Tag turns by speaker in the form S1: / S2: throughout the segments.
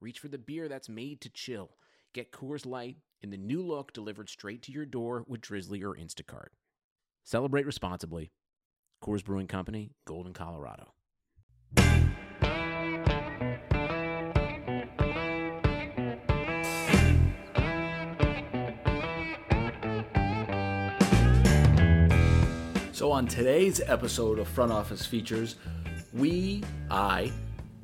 S1: reach for the beer that's made to chill. Get Coors Light in the new look delivered straight to your door with Drizzly or Instacart. Celebrate responsibly. Coors Brewing Company, Golden, Colorado.
S2: So, on today's episode of Front Office Features, we, I,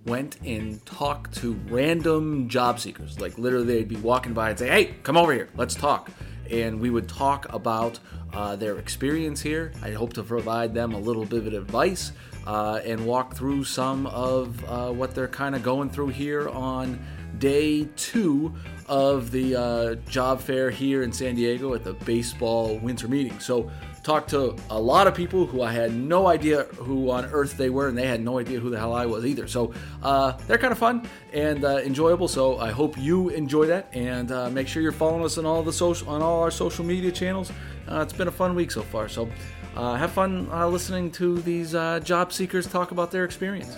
S2: went and talked to random job seekers. Like, literally, they'd be walking by and say, Hey, come over here, let's talk. And we would talk about uh, their experience here. I hope to provide them a little bit of advice uh, and walk through some of uh, what they're kind of going through here on day two of the uh, job fair here in San Diego at the baseball winter meeting. So, talked to a lot of people who I had no idea who on earth they were, and they had no idea who the hell I was either. So, uh, they're kind of fun and uh, enjoyable. So, I hope you enjoy that, and uh, make sure you're following us on all the social on all our social media channels. Uh, it's been a fun week so far. So. Uh, have fun uh, listening to these uh, job seekers talk about their experience.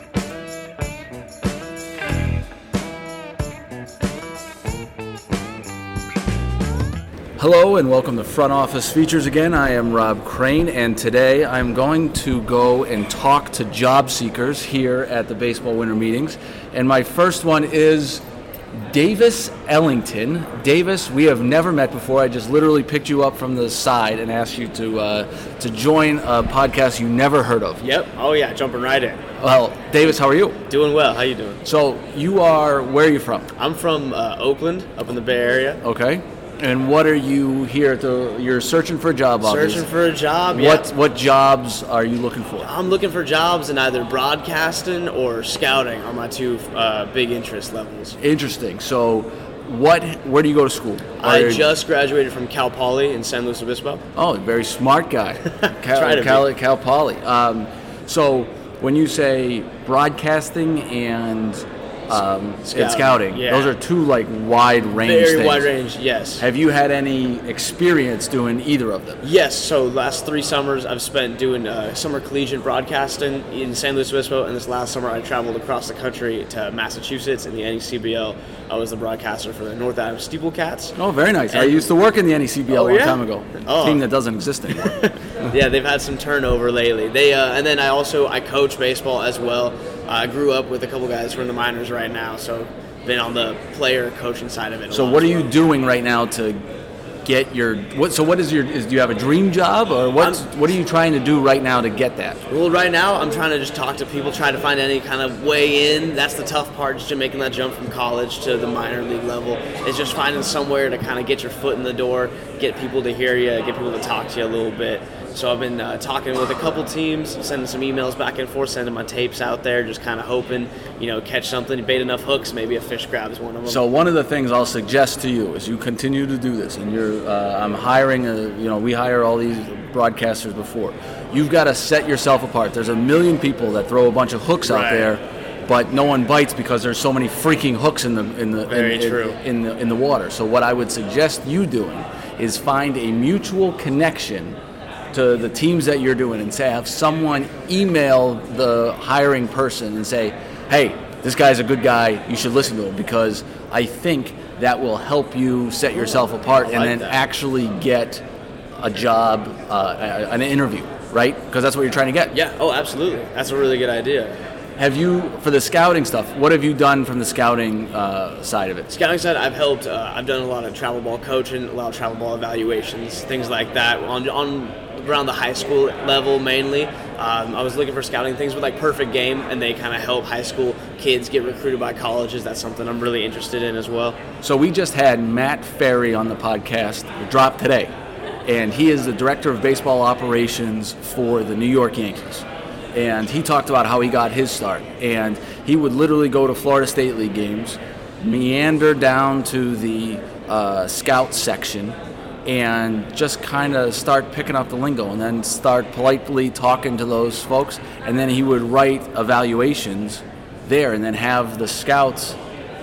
S2: Hello and welcome to Front Office Features again. I am Rob Crane, and today I'm going to go and talk to job seekers here at the baseball winter meetings. And my first one is Davis Ellington. Davis, we have never met before. I just literally picked you up from the side and asked you to uh, to join a podcast you never heard of.
S3: Yep. Oh yeah, jumping right in.
S2: Well, Davis, how are you?
S3: Doing well. How you doing?
S2: So you are where are you from?
S3: I'm from uh, Oakland, up in the Bay Area.
S2: Okay. And what are you here at the? You're searching for a job, obviously.
S3: Searching for a job. yeah.
S2: What what jobs are you looking for?
S3: I'm looking for jobs in either broadcasting or scouting are my two uh, big interest levels.
S2: Interesting. So, what? Where do you go to school? Are-
S3: I just graduated from Cal Poly in San Luis Obispo.
S2: Oh, very smart guy.
S3: Try
S2: Cal,
S3: to
S2: Cal, Cal Poly. Um, so when you say broadcasting and um, and scouting,
S3: Scouting, yeah.
S2: those are two like wide range.
S3: Very
S2: things.
S3: wide range. Yes.
S2: Have you had any experience doing either of them?
S3: Yes, so last three summers I've spent doing uh, summer collegiate broadcasting in San Luis Obispo, and this last summer I traveled across the country to Massachusetts in the E NECBL. I was the broadcaster for the North Adams Steeplecats.
S2: Oh, very nice. I
S3: And-
S2: used to work in the E NECBL a
S3: Oh,
S2: long
S3: yeah?
S2: time ago.
S3: Oh.
S2: Team that doesn't exist anymore.
S3: yeah, they've had some turnover lately. They uh, and then I also I coach baseball as well. I grew up with a couple guys who are in the minors right now, so been on the player coaching side of it. a
S2: so
S3: lot
S2: what are
S3: as
S2: you
S3: well.
S2: doing right now to get your what? So what is your? Is, do you have a dream job or what?
S3: I'm-
S2: What are you trying to do right now to get that?
S3: Well, right now I'm trying to just talk to people, try to find any kind of way in. That's the tough part, is just making that jump from college to the minor league level. Is just finding somewhere to kind of get your foot in the door, get people to hear you, get people to talk to you a little bit. So I've been uh, talking with a couple teams, sending some emails back and forth, sending my tapes out there, just kind of hoping, you know, catch something, bait enough hooks, maybe a fish grabs one of them.
S2: So one of the things I'll suggest to you is you continue to do this, and you're uh, I'm hiring a you know we hire all these broadcasters before. You've got to set yourself apart. There's a million people that throw a bunch of hooks out
S3: Right.
S2: there, but no one bites because there's so many freaking hooks in the in the
S3: Very
S2: in, in-
S3: true.
S2: in the in the water. So what I would suggest you doing is find a mutual connection to the teams that you're doing and say have someone email the hiring person and say, "Hey, this guy's a good guy. You should listen to him because I think that will help you set yourself apart and
S3: Oh, like
S2: then
S3: that.
S2: actually get a job, uh, a- an interview, right? Because that's what you're trying to get.
S3: yeah, oh, absolutely. That's a really good idea.
S2: Have you for the scouting stuff? What have you done from the scouting uh, side of it?
S3: Scouting side, I've helped. Uh, I've done a lot of travel ball coaching, a lot of travel ball evaluations, things like that on on around the high school level mainly. Um, I was looking for scouting things with like Perfect Game, and they kind of help high school kids get recruited by colleges. That's something I'm really interested in as well.
S2: So we just had Matt Ferry on the podcast, drop today, and he is the director of baseball operations for the New York Yankees. And he talked about how he got his start, and he would literally go to Florida State League games, meander down to the uh, scout section and just kind of start picking up the lingo and then start politely talking to those folks. And then he would write evaluations there and then have the scouts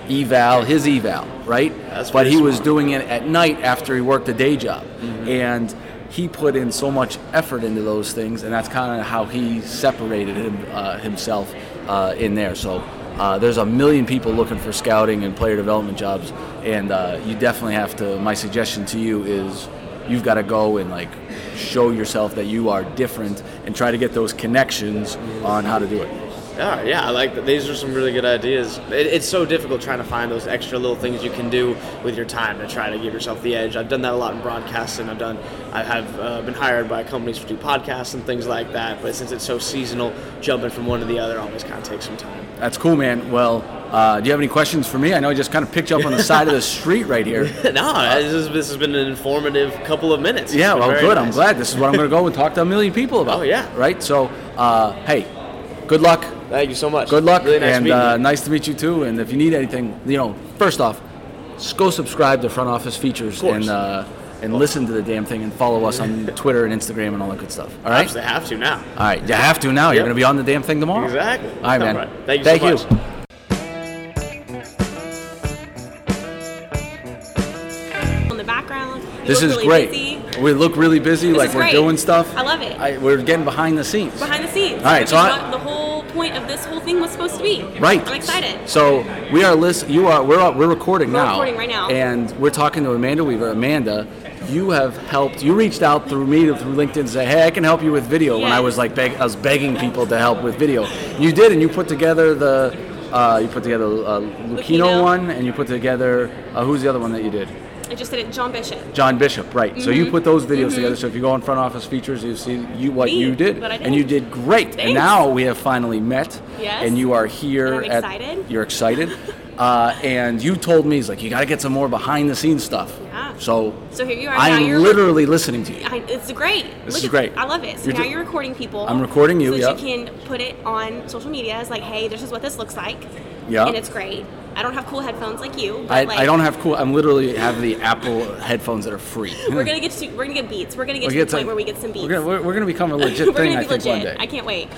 S2: eval his eval, right?
S3: That's
S2: but he
S3: pretty
S2: was
S3: smart.
S2: doing it at night after he worked a day job. And he put in so much effort into those things, and that's kind of how he separated him, uh, himself uh, in there. So uh, there's a million people looking for scouting and player development jobs, and uh, you definitely have to. My suggestion to you is you've got to go and like show yourself that you are different and try to get those connections on how to do it.
S3: Yeah, yeah, I like that. These are some really good ideas. It, it's so difficult trying to find those extra little things you can do with your time to try to give yourself the edge. I've done that a lot in broadcasting. I've done, I have uh, been hired by companies to do podcasts and things like that. But since it's so seasonal, jumping from one to the other always kind of takes some time.
S2: That's cool, man. Well, uh, do you have any questions for me? I know I just kind of picked you up on the side of the street right here.
S3: no, this, is, this has been an informative couple of minutes. It's
S2: Yeah,
S3: been
S2: well,
S3: very
S2: good. I'm
S3: nice.
S2: glad. This is what I'm going to go and talk to a million people about.
S3: Oh, yeah.
S2: Right? So, uh, hey, good luck.
S3: Thank you so much.
S2: Good luck.
S3: Really nice
S2: and
S3: meeting you.
S2: uh, nice to meet you, too. And if you need anything, you know, first off, just go subscribe to Front Office Features
S3: course.
S2: and, uh, and listen to the damn thing and follow us on Twitter and Instagram and all that good stuff. All right?
S3: Perhaps they have to now.
S2: All right. You have to now.
S3: Yep.
S2: You're going to be on the damn thing tomorrow.
S3: Exactly.
S2: All right, man.
S3: All right. Thank you so
S2: Thank you.
S3: much.
S4: in the background. You
S2: This
S4: look
S2: is
S4: really
S2: great.
S4: busy.
S2: We look really busy,
S4: This
S2: like
S4: is
S2: we're
S4: great.
S2: doing stuff.
S4: I love it.
S2: I, we're getting behind the scenes.
S4: Behind the scenes.
S2: All right,
S4: which
S2: so
S4: is
S2: I-
S4: what the whole point of this whole thing was supposed to be.
S2: Right.
S4: I'm excited.
S2: So we are list. You are. We're we're recording
S4: We're
S2: now.
S4: recording right now.
S2: And we're talking to Amanda Weaver. Amanda, you have helped. You reached out through me through LinkedIn and said, "Hey, I can help you with video." When I
S4: Yeah.
S2: was like, beg- I was begging people to help with video. You did, and you put together the. Uh, you put together uh, Lucchino,
S4: Lucchino.
S2: one, and you put together uh, who's the other one that you did?
S4: I just did it, John Bishop.
S2: John Bishop, right? So
S4: Mm-hmm.
S2: you put those videos together. So if you go on front office features, you see you what
S4: Me,
S2: you did,
S4: what I did.
S2: and you did great. And
S4: Thanks.
S2: now we have finally met,
S4: Yes.
S2: and you are here.
S4: And I'm
S2: at-
S4: excited.
S2: You're excited, uh, and you told me he's like you got to get some more behind the scenes stuff.
S4: Yeah.
S2: So
S4: Ah. So here you are. now
S2: I'm
S4: you're
S2: literally listening to you.
S4: I, it's great. This
S2: is great.
S4: I love it. So
S2: You're
S4: now
S2: do-
S4: you're recording people.
S2: I'm recording you,
S4: So that
S2: yeah.
S4: you can put it on social media as like, hey, this is what this looks like.
S2: Yeah.
S4: And it's great. I don't have cool headphones like you. But
S2: I,
S4: like,
S2: I don't have cool. I'm literally have the Apple headphones that are free.
S4: We're gonna get to we're gonna get beats. We're gonna get
S2: We
S4: to
S2: get
S4: the point
S2: to-
S4: where we get some beats.
S2: We're gonna, we're, we're gonna become a legit
S4: We're
S2: thing.
S4: gonna
S2: I
S4: be
S2: think one day.
S4: legit. I can't wait.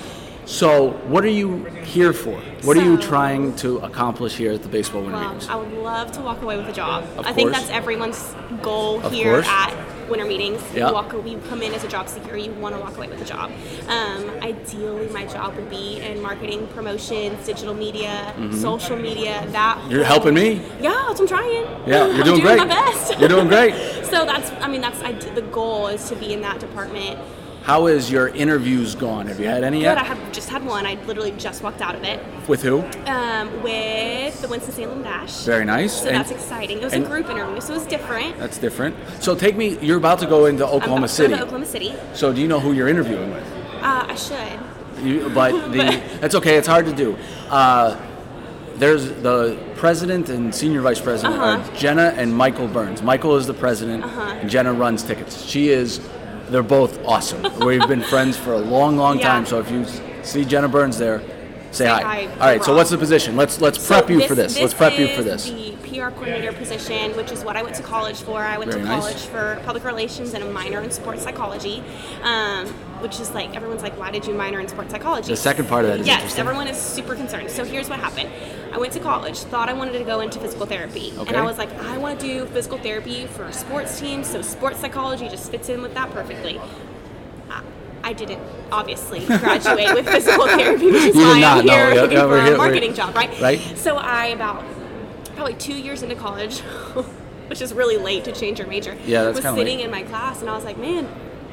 S2: So, what are you here for? What are you
S4: So-
S2: trying to accomplish here at the Baseball Winter
S4: Um,
S2: Meetings?
S4: I would love to walk away with a job.
S2: Of
S4: I think
S2: course.
S4: that's everyone's goal
S2: Of
S4: here
S2: course.
S4: at winter meetings.
S2: Yeah.
S4: You walk, you come in as a job seeker, you want to walk away with a job. Um, ideally, my job would be in marketing, promotions, digital media,
S2: Mm-hmm.
S4: social media. That
S2: You're
S4: whole-
S2: helping me.
S4: Yeah, that's what I'm trying.
S2: Yeah,
S4: I'm
S2: you're doing
S4: doing my
S2: great.
S4: best.
S2: You're doing great.
S4: so that's, I mean, that's I, the goal is to be in that department.
S2: How is your interviews gone? Have you had any
S4: But I
S2: yet?
S4: have just had one. I literally just walked out of it
S2: With who?
S4: um, with the Winston Salem Dash.
S2: Very nice.
S4: So that's exciting. It was
S2: and-
S4: a group interview, so it was different.
S2: That's different. So take me. You're about to go into
S4: I'm
S2: Oklahoma
S4: about to go
S2: City.
S4: to Oklahoma City.
S2: So do you know who you're interviewing with?
S4: Uh, I should.
S2: You, but the that's okay. It's hard to do. Uh, there's the president and senior vice president
S4: Uh-huh.
S2: are Jenna and Michael Burns. Michael is the president. And Jenna runs tickets. She is. They're both awesome. We've been friends for a long, long
S4: Yeah.
S2: time. So if you s- see Jenna Burns there, say, hi.
S4: hi,
S2: All right. So
S4: Rob.
S2: what's the position? Let's let's prep
S4: So
S2: you for this. Let's prep you for
S4: is
S2: this.
S4: The PR coordinator position, which is what I went to college for. I went
S2: Very
S4: to
S2: nice.
S4: college for public relations and a minor in sports psychology, um, which is like everyone's like, why did you minor in sports psychology?
S2: The second part of that is
S4: yes,
S2: interesting.
S4: everyone is super concerned. So here's what happened. I went to college, thought I wanted to go into physical therapy, and
S2: Okay.
S4: I was like, I want to do physical therapy for sports teams. So sports psychology just fits in with that perfectly. I- I didn't obviously graduate with physical therapy, which is
S2: You did
S4: why
S2: not,
S4: I'm
S2: no.
S4: here
S2: Yeah,
S4: looking
S2: yeah,
S4: for
S2: we're
S4: a
S2: here, we're-
S4: marketing job, right?
S2: Right.
S4: So I about probably two years into college, which is really late to change your major.
S2: Yeah, that's
S4: was
S2: kinda
S4: sitting
S2: late.
S4: in my class and I was like, man,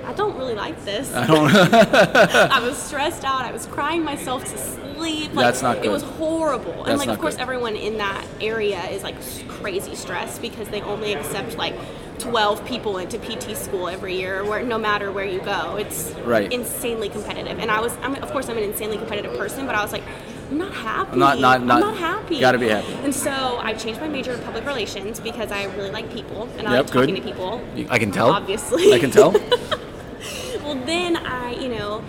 S4: I don't really like this.
S2: I don't.
S4: I was stressed out. I was crying myself to sleep. Like,
S2: That's not good.
S4: It was horrible.
S2: That's
S4: and like,
S2: not
S4: of course,
S2: good.
S4: everyone in that area is like s- crazy stressed because they only accept like 12 people into PT school every year, where no matter where you go, it's
S2: Right.
S4: insanely competitive. And I was, I'm, of course, I'm an insanely competitive person, but I was like. I'm not happy.
S2: I'm not- not-
S4: I'm
S2: not-
S4: happy.
S2: gotta be happy.
S4: And so I changed my major to public relations because I really like people and I like
S2: Yep,
S4: uh, talking
S2: good.
S4: to people.
S2: I can tell.
S4: Obviously.
S2: I can tell.
S4: Well, then I, you know,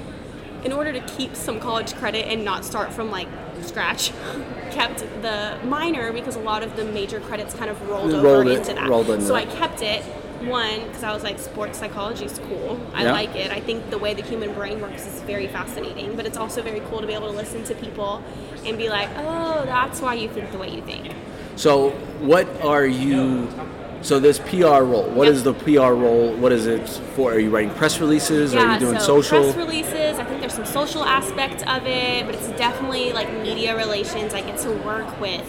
S4: in order to keep some college credit and not start from like scratch, kept the minor because a lot of the major credits kind of rolled over
S2: Rolled it-
S4: into that.
S2: rolled into
S4: so
S2: it.
S4: I kept it one because I was like, sports psychology is cool. I
S2: Yeah.
S4: like it. I think the way the human brain works is very fascinating, but it's also very cool to be able to listen to people and be like, oh, that's why you think the way you think.
S2: So what are you? So this PR role. What
S4: Yep.
S2: is the PR role? What is it for? Are you writing press releases? are you doing
S4: so
S2: social?
S4: press releases. I think there's some social aspect of it, but it's definitely like media relations. I get to work with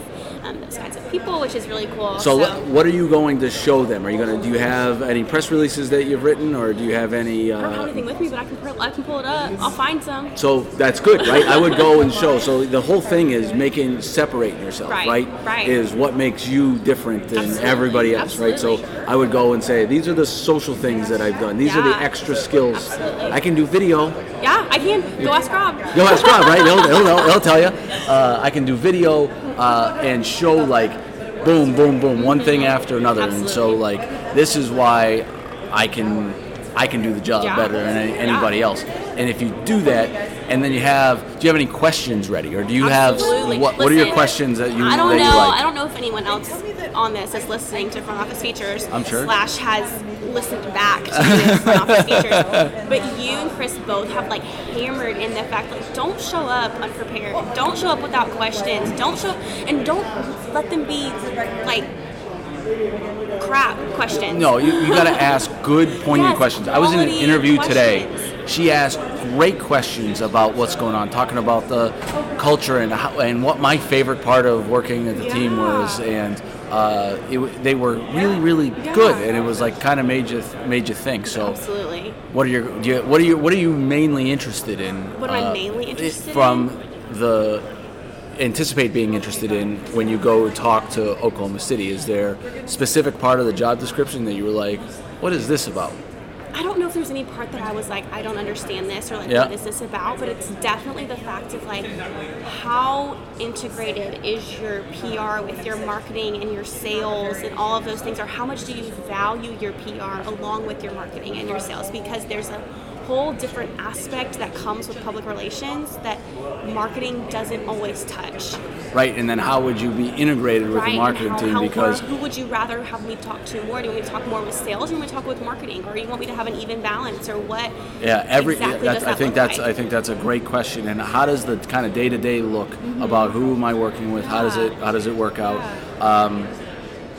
S4: um, those kinds of people, which is really cool.
S2: so what, what are you going to show them? Are you gonna? Do you have any press releases that you've written, or do you have any?
S4: I don't have
S2: Uh,
S4: anything with me, but I can pull, I can pull it up. I'll find some.
S2: so that's good, right? I would go and show. So the whole thing is making separating yourself,
S4: Right,
S2: right?
S4: right.
S2: Is what makes you different than
S4: Absolutely,
S2: everybody else, right?
S4: absolutely.
S2: So I would go and say, these are the social things that I've done. These are the
S4: Yeah.
S2: extra skills.
S4: Absolutely.
S2: I can do video.
S4: Yeah, I can. Go ask Rob.
S2: You'll ask Rob, right? He'll, he'll know. He'll tell you. Uh, I can do video uh, and show like boom, boom, boom, one thing after another. And so
S4: Absolutely.
S2: like this is why I can I can do the job
S4: Yeah.
S2: better than any, anybody
S4: Yeah.
S2: else. And if you do that, and then you have, do you have any questions ready, or do you
S4: Absolutely.
S2: have what? What are your
S4: Listen,
S2: questions that you
S4: I don't
S2: that
S4: know.
S2: you like?
S4: I don't know if anyone else on this is listening to Front Office Features.
S2: I'm sure.
S4: Slash has listened back to this Front Office Features, but you and Chris both have like hammered in the fact like don't show up unprepared, don't show up without questions, don't show and don't let them be like crap questions.
S2: No, you, you got to ask good, poignant
S4: Yes,
S2: questions. I was in an
S4: quality
S2: interview today.
S4: questions.
S2: She asked great questions about what's going on, talking about the culture and how, and what my favorite part of working at the team
S4: Yeah.
S2: was, and uh, it, w- they were really, really good,
S4: Yeah.
S2: and it was like kind of made you th- made you think. So,
S4: Absolutely.
S2: what are your do you, what are you what are you mainly interested in? uh,
S4: What am I mainly interested
S2: from the anticipate being interested in when you go talk to Oklahoma City? Is there specific part of the job description that you were like, what is this about?
S4: I don't know if there's any part that I was like, I don't understand this or like,
S2: Yeah.
S4: what is this about? But it's definitely the fact of like, how integrated is your PR with your marketing and your sales and all of those things, or how much do you value your PR along with your marketing and your sales? Because there's a whole different aspect that comes with public relations that marketing doesn't always touch.
S2: Right, and then how would you be integrated with
S4: Right.
S2: the
S4: and
S2: marketing
S4: how-
S2: team?
S4: how
S2: because
S4: far- who would you rather have me talk to more? Do you want me to talk more with sales, or do you want me to talk with marketing, or do you want me to have an even balance, or what?
S2: yeah, every
S4: exactly
S2: that's,
S4: does
S2: I
S4: that
S2: think
S4: look
S2: that's
S4: like?
S2: I think that's a great question. And how does the kind of day to day look about who am I working with? How does
S4: Mm-hmm. Yeah.
S2: it how does it work out? Um,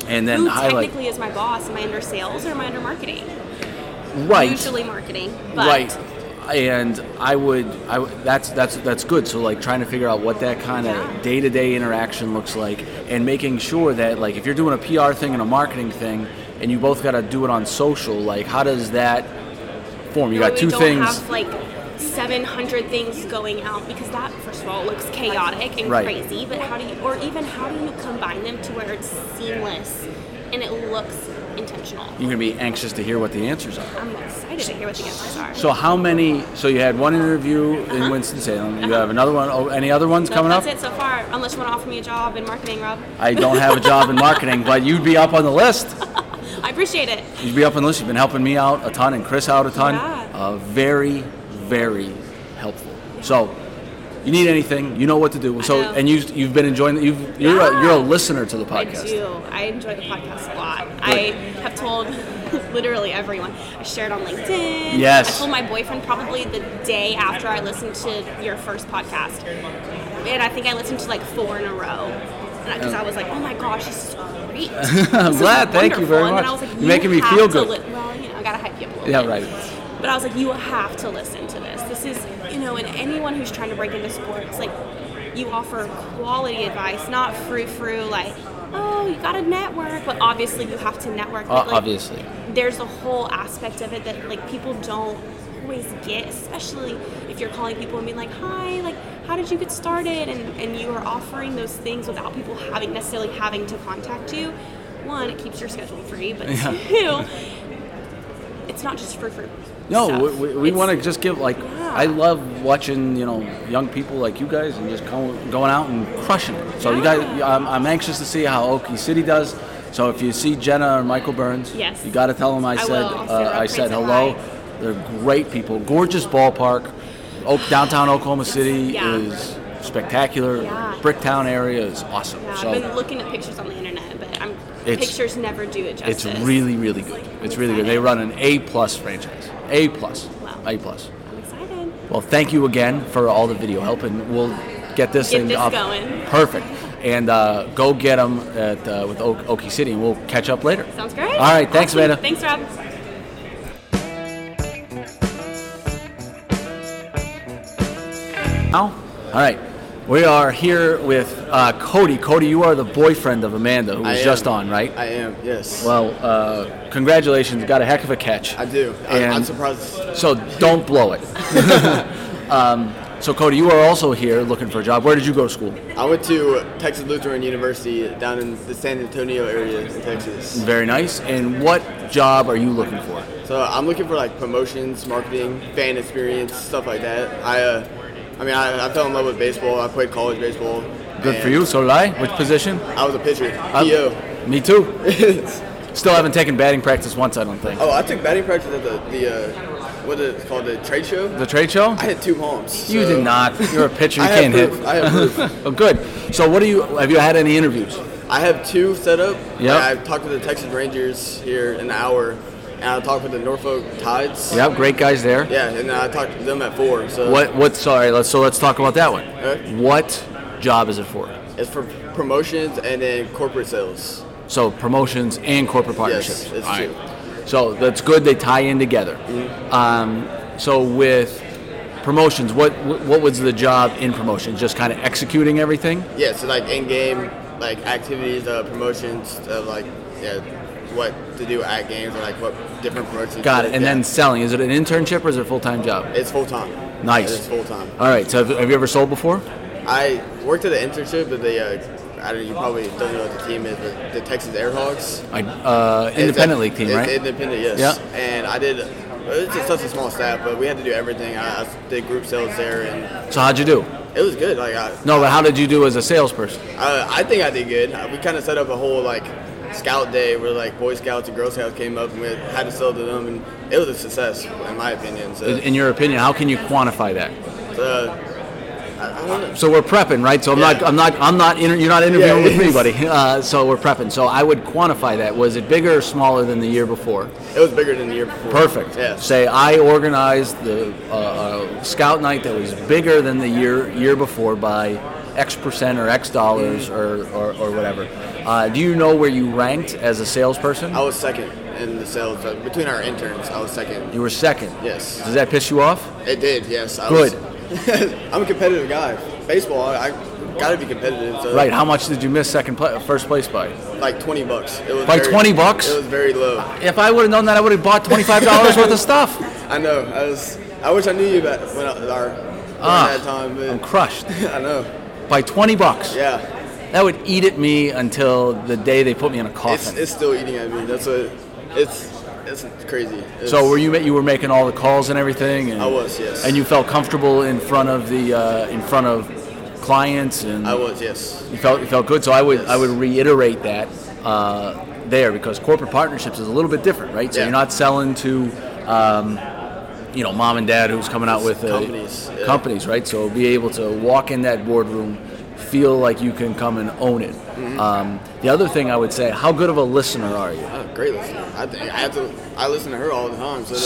S2: and then
S4: who
S2: highlight
S4: technically is my boss? Am I under sales or am I under marketing?
S2: right
S4: Usually marketing, but
S2: right and i would i would- that's that's that's good so like trying to figure out what that kind
S4: Yeah.
S2: of day-to-day interaction looks like and making sure that like if you're doing a pr thing and a marketing thing and you both got to do it on social like how does that form you
S4: Where
S2: got
S4: we
S2: two
S4: don't
S2: things
S4: have like 700 things going out because that, first of all, looks chaotic and
S2: Right.
S4: crazy. But how do you, or even how do you combine them to where it's seamless and it looks intentional?
S2: you're gonna be anxious to hear what the answers are
S4: I'm excited to hear what the answers are.
S2: so how many so you had one interview in winston-salem you have another one oh, any other ones
S4: Uh-huh. No,
S2: coming up
S4: that's it so far. Unless you want to offer me a job in marketing, Rob.
S2: i don't have a job in marketing but you'd be up on the list
S4: I appreciate it.
S2: You'd be up and list. You've been helping me out a ton and Chris out a ton.
S4: Yeah.
S2: Uh, very, very helpful. So, you need anything, you know what to do. So,
S4: know.
S2: and you you've been enjoying. it. You've you're a,
S4: Yeah.
S2: you're a listener to the
S4: I
S2: podcast.
S4: do. I enjoy the podcast a lot. I have told literally everyone. I shared on LinkedIn.
S2: Yes.
S4: I told my boyfriend probably the day after I listened to your first podcast. And I think I listened to like four in a row. Because I was like, oh my gosh, this is great. I'm
S2: glad. Thank you very
S4: and then
S2: much.
S4: I was like,
S2: You're
S4: you
S2: making me
S4: have
S2: feel
S4: to
S2: good.
S4: li- well, you know, I gotta hype you up a little
S2: Yeah,
S4: bit.
S2: right.
S4: But I was like, you have to listen to this. This is, you know, and anyone who's trying to break into sports, like, you offer quality advice, not frou frou, like, oh, you got to network. But obviously, you have to network.
S2: Uh,
S4: But, like,
S2: obviously.
S4: There's a whole aspect of it that, like, people don't always get, especially if you're calling people and being like, hi, like, how did you get started? And, and you are offering those things without people having necessarily having to contact you. One, it keeps your schedule free, but two, it's not just frou frou.
S2: No,
S4: stuff.
S2: we, we, we
S4: It's-
S2: want to just give like
S4: Yeah.
S2: I love watching you know young people like you guys and just go, going out and crushing it. So you guys, I'm, I'm anxious to see how Okie City does. So if you see Jenna or Michael Burns,
S4: Yes.
S2: you got to tell them I
S4: will.
S2: said
S4: I'll send
S2: uh,
S4: her a
S2: I said
S4: praise and
S2: hello.
S4: hi.
S2: They're great people, gorgeous ballpark. Oak, downtown Oklahoma City
S4: Yeah.
S2: is spectacular.
S4: Yeah.
S2: Bricktown area is awesome.
S4: Yeah,
S2: so
S4: I've been looking at pictures on the internet, but I'm,
S2: It's-
S4: pictures never do it
S2: it's
S4: justice.
S2: really, really good. It's really good. They run an A plus franchise. A plus.
S4: Wow.
S2: A plus.
S4: I'm excited.
S2: Well, thank you again for all the video help, and we'll get this
S4: Get
S2: thing
S4: this
S2: up.
S4: going.
S2: Perfect. And uh, go get them at, uh, with Oak, Okie City, and we'll catch up later.
S4: Sounds great.
S2: All right, thanks,
S4: awesome.
S2: Amanda.
S4: Thanks, Rob.
S2: Now, all right. We are here with uh, Cody. Cody, you are the boyfriend of Amanda, who
S5: I
S2: was
S5: am.
S2: just on, right?
S5: I am, yes.
S2: well, uh, congratulations. Got a heck of a catch.
S5: I do. I, I'm
S2: And-
S5: surprised.
S2: So don't blow it. um, so, Cody, you are also here looking for a job. Where did you go to school?
S5: I went to Texas Lutheran University down in the San Antonio area in Texas.
S2: Very nice. And what job are you looking for?
S5: So I'm looking for like promotions, marketing, fan experience, stuff like that. I, uh, I mean, I, I fell in love with baseball. I played college baseball.
S2: Good for
S5: and
S2: you. So did I. Which position?
S5: I was a pitcher.
S2: I-
S5: PO.
S2: Me too. Still haven't taken batting practice once, I don't think.
S5: oh, I took batting practice at the the uh, what is it called the trade show.
S2: The trade show?
S5: I hit two bombs.
S2: You
S5: so-
S2: did not. You're a pitcher.
S5: I
S2: You
S5: have
S2: can't hit.
S5: proof. I have proof.
S2: oh, good. So, what do you? Have you had any interviews?
S5: I have two set up.
S2: Yep.
S5: I- I've talked to the Texas Rangers here in an hour, and I talked with the Norfolk Tides.
S2: Yep, great guys there.
S5: Yeah, and then I talked to them at four. So
S2: What? What? Sorry. Let's. So let's talk about that one.
S5: Okay.
S2: What job is it for?
S5: It's for promotions and then corporate sales.
S2: So promotions and corporate partnerships.
S5: Yes, it's
S2: All
S5: true.
S2: So that's good. They tie in together. Um, so with promotions, what what was the job in promotions? Just kind of executing everything.
S5: Yeah, so like in game, like activities, uh, promotions, uh, like yeah, what to do at games, or like what different promotions.
S2: Got it. And
S5: yeah.
S2: then selling. Is it an internship or is it a full time job?
S5: it's full time.
S2: Nice. Uh,
S5: It's full time.
S2: All right. So have, have you ever sold before?
S5: I worked at an internship at the. Uh, I don't. You probably don't know what the team is, but the Texas Airhawks.
S2: I, uh, independent league team,
S5: It's
S2: right?
S5: Independent, yes.
S2: Yeah.
S5: And I did. It's just such a small staff, but we had to do everything. I, I did group sales there, and
S2: So how'd you do?
S5: it was good. Like I,
S2: No, but how did you do as a salesperson?
S5: Uh, I, I think I did good. We kind of set up a whole like scout day where like Boy Scouts and Girl Scouts came up and we had to sell to them, and it was a success in my opinion. So,
S2: In your opinion, how can you quantify that?
S5: uh, I, I don't know.
S2: So we're prepping, right? So I'm not,
S5: Yeah.
S2: I'm not, I'm not. Inter- you're not interviewing
S5: Yeah,
S2: with me,
S5: yes.
S2: buddy. Uh, so we're prepping. So I would quantify that. Was it bigger or smaller than the year before?
S5: It was bigger than the year before.
S2: Perfect.
S5: Yeah.
S2: Say I organized the uh, uh, scout night that was bigger than the year year before by X percent or X dollars or, or, or whatever. Uh, do you know where you ranked as a salesperson?
S5: I was second in the sales but between our interns. I was second.
S2: You were second.
S5: Yes.
S2: Does that piss you off?
S5: It did, yes. I
S2: Good.
S5: Was, I'm a competitive guy. Baseball, I, I gotta be competitive. So
S2: Right. How much did you miss second pla first place by?
S5: Like 20 bucks. It was
S2: By 20 bucks?
S5: It was very low.
S2: If I would have known that, I would have bought twenty five dollars worth of stuff.
S5: I know. I was. I wish I knew you about when I, our during
S2: Ah,
S5: that time. But
S2: I'm crushed
S5: I know.
S2: by twenty bucks.
S5: Yeah.
S2: That would eat at me until the day they put me in a
S5: It's,
S2: coffin.
S5: it's still eating at me. That's what. It's it's crazy. It's-
S2: so were you ma- you were making all the calls and everything? And,
S5: I was, yes.
S2: And you felt comfortable in front of the uh, in front of clients and
S5: I was, yes.
S2: you felt you felt good. So I would
S5: Yes.
S2: I would reiterate that uh, there because corporate partnerships is a little bit different, right? So
S5: Yeah.
S2: you're not selling to. Um, you know, mom and dad who's coming out with uh,
S5: Companies, yeah.
S2: companies, right? So be able to walk in that boardroom, feel like you can come and own it.
S5: Mm-hmm.
S2: Um, the other thing I would say, how good of a listener are you?
S5: Oh, great listener. I think I have to. I listen to her all the time. So that's,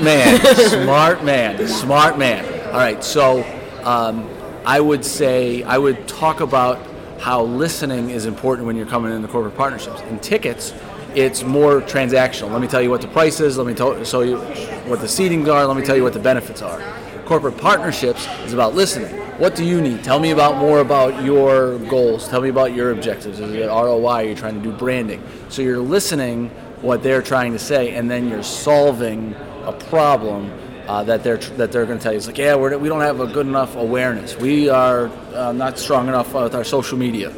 S2: man, smart man, smart man. All right, so um, I would say I would talk about how listening is important when you're coming into corporate partnerships. In tickets, it's more transactional. Let me tell you what the price is. Let me tell so you what the seatings are. Let me tell you what the benefits are. Corporate partnerships is about listening. What do you need? Tell me about more about your goals. Tell me about your objectives. Is it ROI? You're trying to do branding. So you're listening what they're trying to say, and then you're solving a problem uh, that they're tr- that they're going to tell you. It's like, yeah, we're, we don't have a good enough awareness. We are uh, not strong enough with our social media.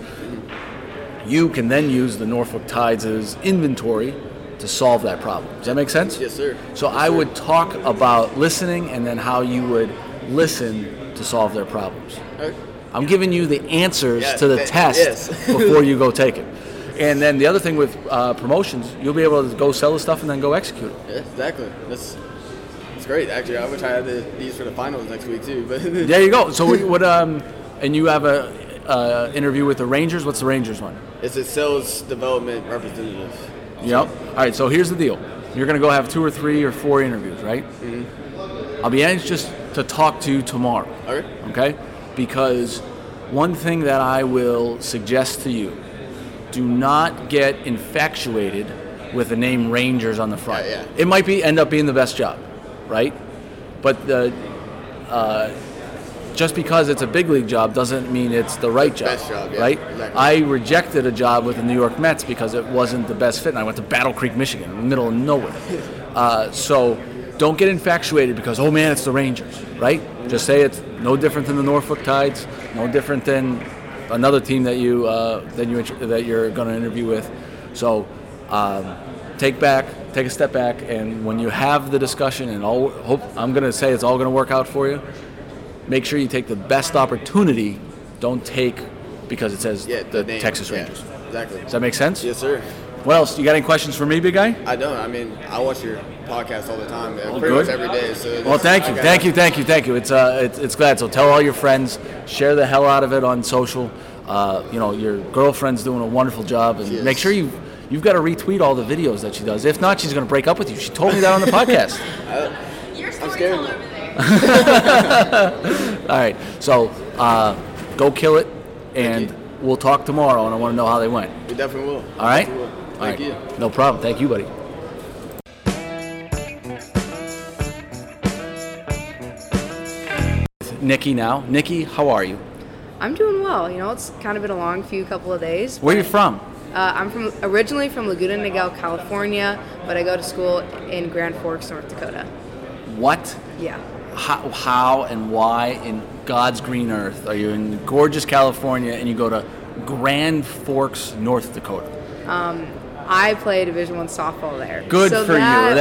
S2: You can then use the Norfolk Tides' inventory to solve that problem. Does that make sense?
S5: yes, sir.
S2: So I would talk about listening and then how you would listen to solve their problems.
S5: Okay.
S2: I'm giving you the answers
S5: Yeah,
S2: to the
S5: that-
S2: test
S5: yes.
S2: before you go take it. And then the other thing with uh, promotions, you'll be able to go sell the stuff and then go execute it.
S5: Yeah, exactly. That's, that's was great. Actually, I wish I had the, these for the finals next week too. But
S2: There you go. So we- what? Um, and you have a uh, interview with the Rangers. What's the Rangers one?
S5: it's a sales development representative.
S2: Yep. All right. So here's the deal. You're gonna go have two or three or four interviews, right? I'll be anxious to talk to you tomorrow.
S5: Mm-hmm. Okay.
S2: Okay. Because one thing that I will suggest to you: do not get infatuated with the name Rangers on the front.
S5: Yeah, yeah.
S2: It might be end up being the best job, right? But the uh, just because it's a big league job doesn't mean it's the right job,
S5: best job, yeah,
S2: right?
S5: exactly.
S2: I rejected a job with the New York Mets because it wasn't the best fit, and I went to Battle Creek, Michigan, in the middle of nowhere. Uh, so don't get infatuated because oh man, it's the Rangers, right? Just say it's no different than the Norfolk Tides, no different than another team that you uh, that you int- that you're going to interview with. So um, take back, take a step back, and when you have the discussion, and all hope I'm going to say it's all going to work out for you make sure you take the best opportunity. Don't take because it says
S5: Yeah,
S2: the,
S5: name.
S2: Texas
S5: Yeah,
S2: Rangers.
S5: exactly.
S2: Does that make sense?
S5: yes, sir.
S2: What else? You got any questions for me, big guy?
S5: I don't. I mean, I watch your podcast all the time, uh, pretty
S2: good.
S5: much every day. So
S2: Well,
S5: that's-
S2: thank you,
S5: I got-
S2: thank you, thank you, thank you. It's uh, it's, it's glad. So tell all your friends, share the hell out of it on social. Uh, you know, your girlfriend's doing a wonderful job, and
S5: Yes.
S2: make sure you you've got to retweet all the videos that she does. If not, she's going to break up with you. She told me that on the podcast.
S4: Your
S5: I'm
S4: story's
S5: scared.
S4: all over there.
S2: All right, so uh, go kill it, and
S5: you.
S2: we'll talk tomorrow. And I want to know how they went.
S5: We definitely will.
S2: All right.
S5: Definitely will.
S2: All
S5: Thank
S2: right.
S5: you.
S2: No problem. Thank you, buddy. Nikki now. Nikki, how are you?
S6: I'm doing well. You know, it's kind of been a long few couple of days.
S2: Where are you from?
S6: Uh, I'm from originally from Laguna Niguel, California, but I go to school in Grand Forks, North Dakota.
S2: What?
S6: Yeah.
S2: How, how and why in God's green earth are you in gorgeous California and you go to Grand Forks, North Dakota?
S6: Um, I play Division One softball there.
S2: Good
S6: so
S2: for you.
S6: that Was,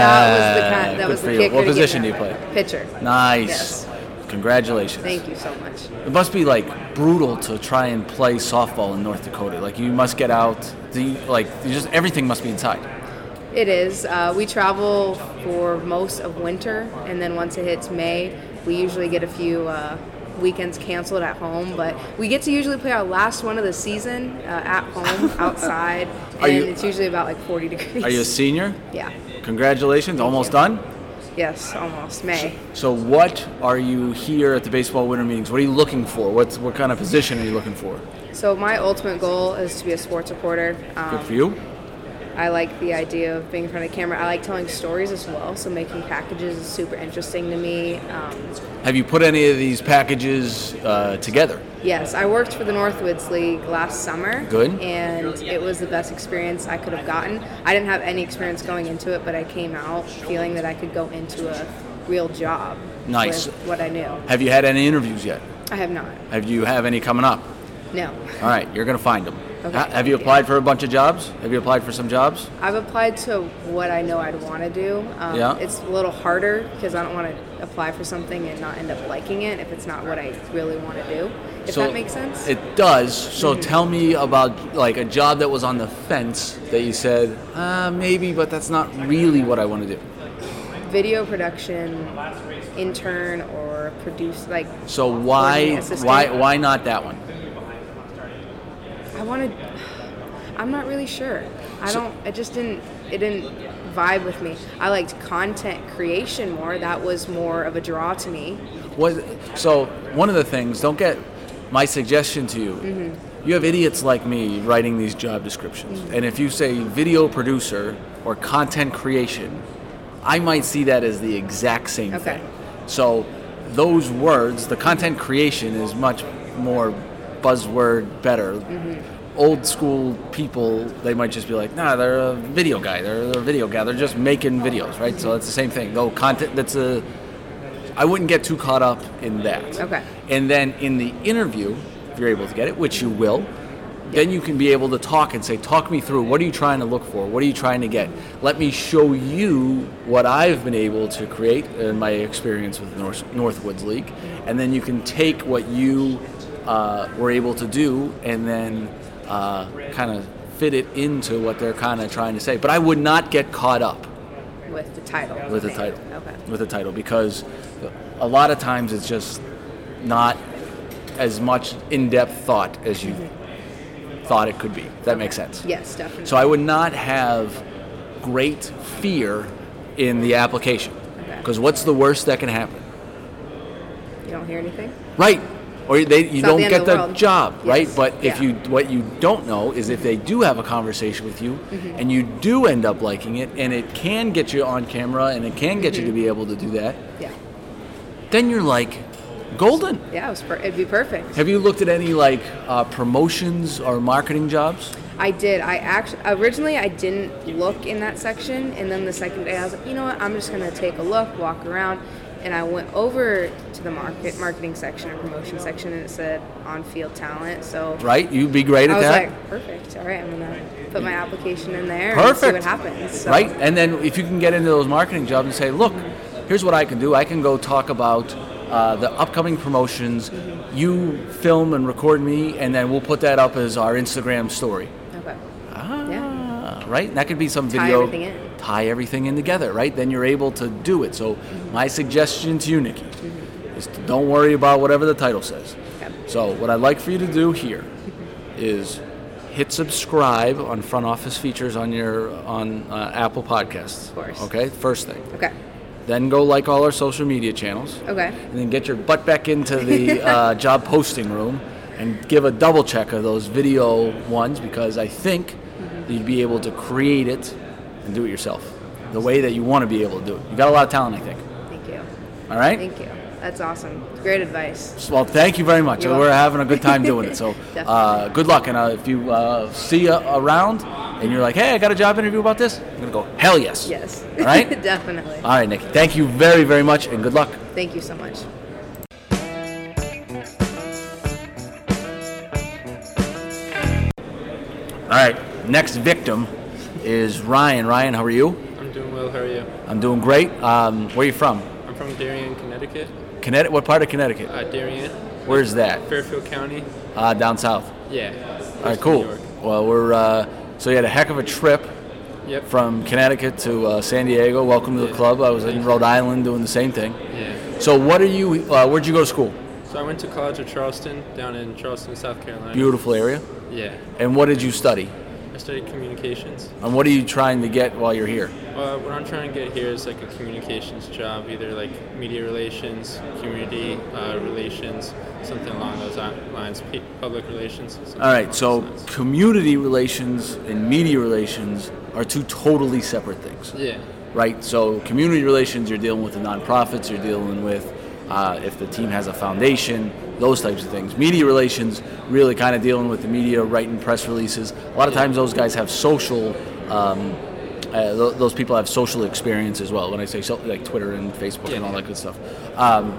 S6: that was the kind,
S2: Yeah.
S6: that was the
S2: Good for you.
S6: kicker.
S2: What
S6: to get
S2: position do you
S6: that
S2: play?
S6: way. Pitcher.
S2: Nice.
S6: Yes.
S2: Congratulations.
S6: Thank you so much.
S2: It must be like brutal to try and play softball in North Dakota. Like you must get out. Do you, like you just everything must be inside.
S6: It is. Uh, we travel for most of winter, and then once it hits May, we usually get a few uh, weekends canceled at home. But we get to usually play our last one of the season uh, at home, outside,
S2: Are
S6: and
S2: you-
S6: it's usually about like 40 degrees.
S2: Are you a senior?
S6: yeah.
S2: Congratulations, almost done.
S6: Yes, almost May.
S2: So what are you here at the baseball winter meetings? What are you looking for? What's what kind of position are you looking for?
S6: So my ultimate goal is to be a sports reporter. Um,
S2: Good for you.
S6: I like the idea of being in front of the camera. I like telling stories as well, so making packages is super interesting to me. Um,
S2: Have you put any of these packages uh, together?
S6: Yes, I worked for the Northwoods League last summer.
S2: Good.
S6: And it was the best experience I could have gotten. I didn't have any experience going into it, but I came out feeling that I could go into a real job.
S2: Nice.
S6: With what I knew.
S2: Have you had any interviews yet?
S6: I have not.
S2: Have you have any coming up?
S6: No.
S2: All right, you're gonna find them.
S6: Okay.
S2: Have you applied for a bunch of jobs? Have you applied for some jobs?
S6: I've applied to what I know I'd want to do. Um,
S2: Yeah.
S6: It's a little harder because I don't want to apply for something and not end up liking it if it's not what I really want to do. If
S2: So
S6: that makes sense. Mm-hmm.
S2: It does. So tell me about like a job that was on the fence that you said uh, maybe, but that's not really what I want to do.
S6: Video production intern or produce like
S2: So why
S6: Learning assistant.
S2: why why not that one?
S6: I wanted. I'm not really sure. I don't. It just didn't. It didn't vibe with me. I liked content creation more. That was more of a draw to me.
S2: Was so one of the things. Don't get my suggestion to you. You have idiots like me writing these job descriptions, and if you say video producer or content creation, I might see that as the exact same
S6: Okay.
S2: thing. So those words, the content creation is much more buzzword better.
S7: Mm-hmm.
S2: Old school people, they might just be like, nah, they're a video guy. They're, they're a video guy. They're just making videos, right? So that's the same thing. Though content, that's a I wouldn't get too caught up in that.
S6: Okay.
S2: And then in the interview, if you're able to get it, which you will, then you can be able to talk and say, talk me through what are you trying to look for? What are you trying to get? Let me show you what I've been able to create in my experience with North, Northwoods League. And then you can take what you uh, were able to do and then uh, kind of fit it into what they're kind of trying to say. But I would not get caught up
S6: with the title.
S2: with a
S6: thing.
S2: title.
S6: Okay.
S2: With a title, because a lot of times it's just not as much in-depth thought as you thought it could be. If That makes sense.
S6: Yes, definitely.
S2: So I would not have great fear in the application,
S6: Okay.
S2: because what's the worst that can happen?
S6: you don't hear anything.
S2: Right. Or they, you
S6: not
S2: don't
S6: the end
S2: get
S6: of the
S2: the,
S6: world.
S2: job, right?
S6: Yes.
S2: But if
S6: Yeah.
S2: you what you don't know is if they do have a conversation with you
S6: Mm-hmm.
S2: and you do end up liking it and it can get you on camera and it can get you
S6: Mm-hmm.
S2: to be able to do that,
S6: Yeah.
S2: then you're like golden.
S6: Yeah, it was per- it'd be perfect.
S2: Have you looked at any like uh, promotions or marketing jobs?
S6: I did. I actually originally I didn't look in that section, and then the second day I was like, you know what? I'm just gonna take a look, walk around, and I went over to the market marketing section or promotion section, and it said on-field talent. So
S2: Right? You'd be great
S6: I
S2: at
S6: was
S2: that.
S6: like, perfect. All right, I'm gonna put my application in there
S2: Perfect.
S6: and see what happens. So,
S2: Right? And then if you can get into those marketing jobs and say, look, here's what I can do. I can go talk about uh, the upcoming promotions. You film and record me, and then we'll put that up as our Instagram story.
S6: Okay.
S2: Ah,
S6: Yeah.
S2: right? And that could be some
S6: Tie
S2: video.
S6: everything in.
S2: Tie everything in together, right? Then you're able to do it. So, my suggestion to you, Nikki, is to don't worry about whatever the title says.
S6: Okay.
S2: So, what I'd like for you to do here is hit subscribe on Front Office Features on your on uh, Apple Podcasts. Of
S6: course.
S2: Okay, first thing.
S6: Okay.
S2: Then go like all our social media channels.
S6: Okay.
S2: And then get your butt back into the uh, job posting room and give a double check of those video ones because I think
S6: Mm-hmm.
S2: you'd be able to create it and do it yourself the way that you want to be able to do it. You got a lot of talent, I think.
S6: Thank you.
S2: All right.
S6: Thank you. That's awesome. Great advice.
S2: Well, thank you very much.
S6: You're
S2: We're
S6: welcome.
S2: having a good time doing it. So, uh,
S6: Definitely.
S2: good luck. And uh, if you uh, see you around and you're like, hey, I got a job interview about this, I'm going to go, hell yes.
S6: Yes.
S2: All right?
S6: Definitely.
S2: All right, Nikki. Thank you very, very much and good luck.
S6: Thank you so much.
S2: All right. Next victim is Ryan. Ryan, how are you?
S7: I'm doing well. How are you?
S2: I'm doing great. Um, where are you from?
S7: I'm from Darien, Connecticut.
S2: Connecticut? What part of Connecticut?
S7: Uh, Darien,
S2: Where's that?
S7: Fairfield County.
S2: Uh, down south.
S7: Yeah.
S2: All right, cool. Well, we're uh, so you had a heck of a trip
S7: Yep.
S2: from Connecticut to uh, San Diego. Welcome to the
S7: Yeah.
S2: club. I was in Rhode Island doing the same thing.
S7: Yeah.
S2: So, what are you? Uh, where'd you go to school?
S7: So I went to college at Charleston, down in Charleston, South Carolina.
S2: Beautiful area.
S7: Yeah.
S2: And what did you study?
S7: I studied communications.
S2: And what are you trying to get while you're here?
S7: Uh, what I'm trying to get here is like a communications job, either like media relations, community uh, relations, something along those li- lines, P- public relations. something
S2: All
S7: along
S2: right. So,
S7: those lines.
S2: community relations and media relations are two totally separate things.
S7: Yeah.
S2: right? So community relations, you're dealing with the nonprofits, you're dealing with uh, if the team has a foundation, those types of things. Media relations, really kind of dealing with the media, writing press releases. A lot of times, those guys have social. Um, uh, tho- those people have social experience as well. When I say so, like Twitter and Facebook and
S7: Yeah.
S2: all that good stuff. Um,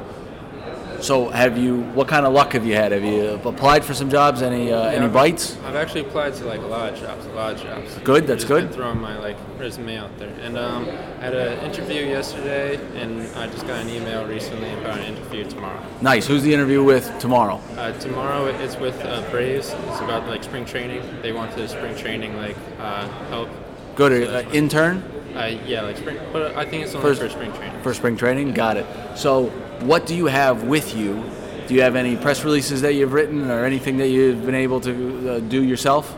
S2: so, have you? What kind of luck have you had? Have you applied for some jobs? Any uh,
S7: Yeah,
S2: any
S7: I've-
S2: bites?
S7: I've actually applied to like a lot of jobs, a lot of jobs.
S2: Good, that's
S7: Just been
S2: good.
S7: throwing my like resume out there, and um, I had an interview yesterday, and I just got an email recently about an interview tomorrow.
S2: Nice. Who's the interview with tomorrow?
S7: Uh, tomorrow it's with uh, Braves. It's about like spring training. They want the spring training like uh, help.
S2: Go to uh, intern.
S7: Uh, yeah, like spring, but I think it's only
S2: First-
S7: for spring training.
S2: For spring training, got it. So, what do you have with you? Do you have any press releases that you've written or anything that you've been able to uh, do yourself?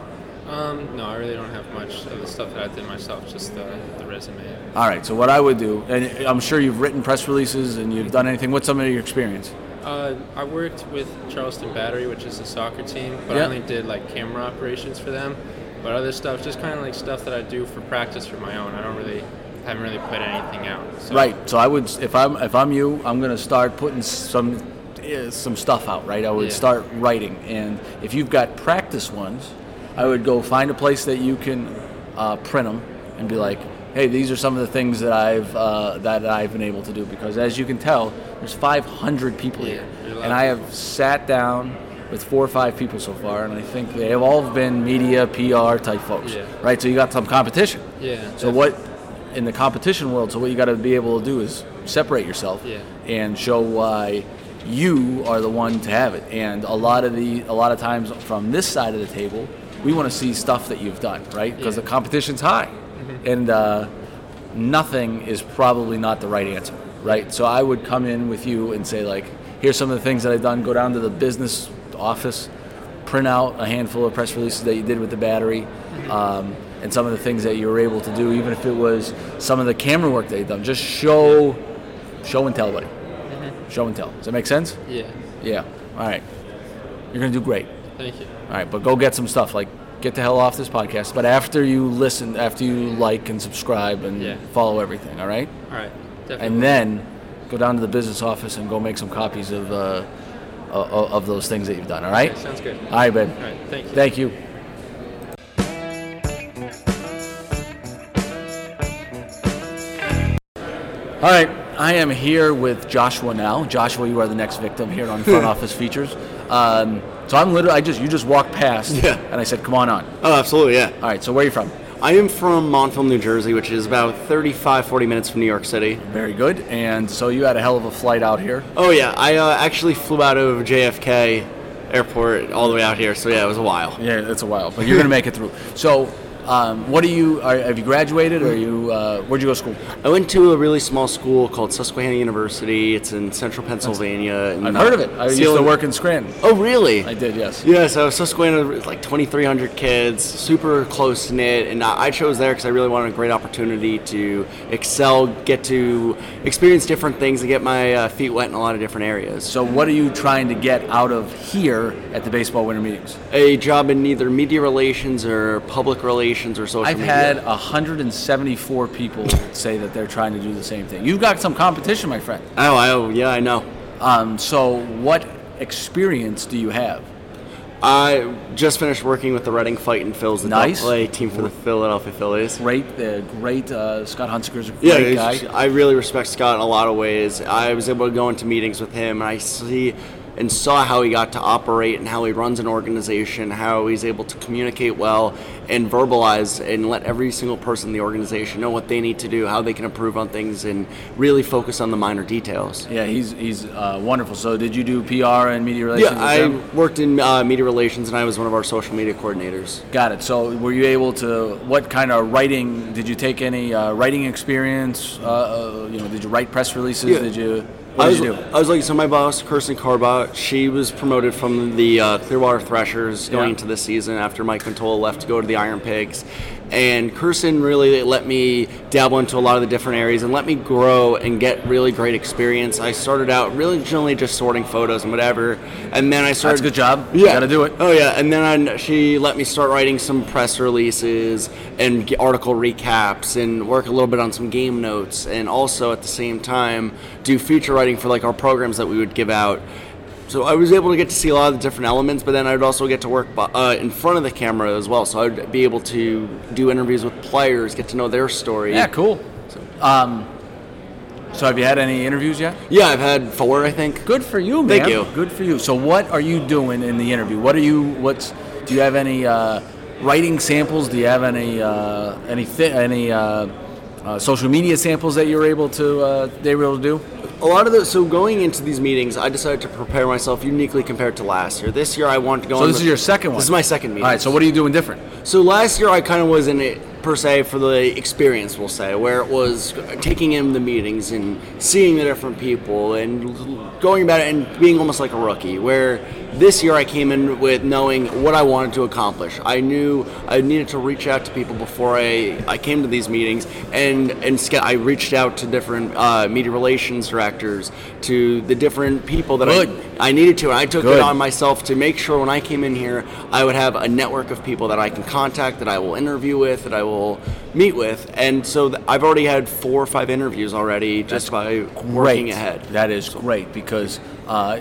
S7: Um, no, I really don't have much of the stuff that I did myself. Just the, the resume.
S2: All right. So, what I would do, and I'm sure you've written press releases and you've done anything. What's some of your experience?
S7: Uh, I worked with Charleston Battery, which is a soccer team, but
S2: Yeah.
S7: I only did like camera operations for them. But other stuff, just kind of like stuff that I do for practice for my own. I don't really, haven't really put anything out. So,
S2: Right. So, I would, if I'm if I'm you, I'm gonna start putting some uh, some stuff out. Right. I would
S7: Yeah.
S2: start writing, and if you've got practice ones, I would go find a place that you can uh, print them and be like, hey, these are some of the things that I've uh, that I've been able to do. Because as you can tell, there's 500 people here,
S7: there's a lot
S2: and
S7: of
S2: I have sat down with four or five people so far, and I think they have all been media, PR type folks.
S7: Yeah.
S2: Right. So you got some competition.
S7: Yeah,
S2: So what in the competition world? So what you got to be able to do is separate yourself
S7: Yeah.
S2: and show why you are the one to have it. And a lot of the a lot of times from this side of the table, we want to see stuff that you've done, right? Because
S7: Yeah.
S2: Mm-hmm. the competition's high, and uh, nothing is probably not the right answer, right? So I would come in with you and say, like, here's some of the things that I've done. Go down to the business office, print out a handful of press releases that you did with the battery, um, and some of the things that you were able to do, even if it was some of the camera work that you've done. Just show, show and tell, buddy. Show and tell. Does that make sense?
S7: Mm-hmm. Yeah.
S2: Yeah. All right. You're gonna do great.
S7: Thank you.
S2: All right, but go get some stuff. Like, get the hell off this podcast. But after you listen, after you like and subscribe and
S7: Yeah.
S2: follow everything, all right?
S7: All right. Definitely.
S2: And then go down to the business office and go make some copies of uh, o- of those things that you've done. All right?
S7: Okay, sounds good.
S2: All right, babe.
S7: All right. Thank you.
S2: Thank you. All right, I am here with Joshua now. Joshua, you are the next victim here on Front Office Features. Um, so I'm literally, I just, you just walked past,
S8: Yeah.
S2: and I said, "Come on on."
S8: Oh, absolutely, yeah.
S2: All right, so where are you from?
S8: I am from Montville, New Jersey, which is about 35, 40 minutes from New York City.
S2: Very good. And so you had a hell of a flight out here.
S8: Oh, yeah, I uh, actually flew out of JFK airport all the way out here, so yeah, it was a while.
S2: Yeah, that's a while, but you're gonna make it through. So, um, what do you? Are, have you graduated? Or are you? Uh, where'd you go to school?
S8: I went to a really small school called Susquehanna University. It's in central Pennsylvania. and,
S2: I've
S8: uh,
S2: heard of it. I used
S8: Seal-
S2: to work in Scranton.
S8: Oh, really?
S2: I did, yes.
S8: Yeah, so Susquehanna, is like 2,300 kids, super close knit, and I I chose there because I really wanted a great opportunity to excel, get to experience different things, and get my uh, feet wet in a lot of different areas.
S2: So, what are you trying to get out of here at the baseball winter meetings?
S8: a job in either media relations or public relations or social
S2: I've
S8: media.
S2: had 174 people say that they're trying to do the same thing. You've got some competition, my friend.
S8: Oh, I, oh, yeah, I know.
S2: Um, so, what experience do you have?
S8: I just finished working with the Reading Fight and Phils, the
S2: Nice.
S8: play team for the Philadelphia Phillies.
S2: Great, the great uh, Scott Hunsaker's a
S8: Yeah,
S2: great
S8: he's-
S2: guy.
S8: I really respect Scott in a lot of ways. I was able to go into meetings with him, and I see and saw how he got to operate and how he runs an organization, how he's able to communicate well and verbalize and let every single person in the organization know what they need to do, how they can improve on things, and really focus on the minor details.
S2: Yeah, he's he's uh, wonderful. So, did you do PR and media relations?
S8: yeah,
S2: with
S8: I
S2: them?
S8: worked in uh, media relations, and I was one of our social media coordinators.
S2: Got it. So, were you able to? What kind of writing did you take? Any uh, writing experience? Uh, uh, you know, did you write press releases?
S8: Yeah.
S2: Did you? What
S8: I
S2: did
S8: was,
S2: you do?
S8: I was like, so my boss, Kirsten Carba, she was promoted from the uh, Clearwater Threshers going
S2: Yeah.
S8: into this season after Mike Contola left to go to the Iron Pigs. And Kirsten really let me dabble into a lot of the different areas and let me grow and get really great experience. I started out really generally just sorting photos and whatever. And then I started.
S2: That's a good job.
S8: Yeah.
S2: You gotta do it.
S8: Oh yeah, and then I, she let me start writing some press releases and g- article recaps and work a little bit on some game notes and also at the same time do feature writing for like our programs that we would give out. So I was able to get to see a lot of the different elements, but then I'd also get to work bu- uh, in front of the camera as well. So I'd be able to do interviews with players, get to know their story.
S2: Yeah, cool. Um, so have you had any interviews yet?
S8: Yeah, I've had four, I think.
S2: Good for you, Oh, man.
S8: Thank you.
S2: Good for you. So what are you doing in the interview? What are you? What's? Do you have any uh, writing samples? Do you have any uh, any thi- any uh, uh, social media samples that you're able to uh, they were able to do?
S8: a lot of those. So going into these meetings, I decided to prepare myself uniquely compared to last year. This year, I want to go.
S2: So
S8: on
S2: this
S8: the-
S2: is your second one.
S8: This is my second meeting.
S2: All right. So what are you doing different?
S8: So last year, I kind of was in it per se for the experience, we'll say, where it was taking in the meetings and seeing the different people and going about it and being almost like a rookie. Where this year, I came in with knowing what I wanted to accomplish. I knew I needed to reach out to people before I, I came to these meetings, and and sca- I reached out to different uh, media relations directors, to the different people that
S2: Good.
S8: I I needed to. And I took
S2: Good.
S8: it on myself to make sure when I came in here, I would have a network of people that I can contact, that I will interview with, that I will meet with. And so th- I've already had four or five interviews already just by working ahead.
S2: That is great because uh, uh,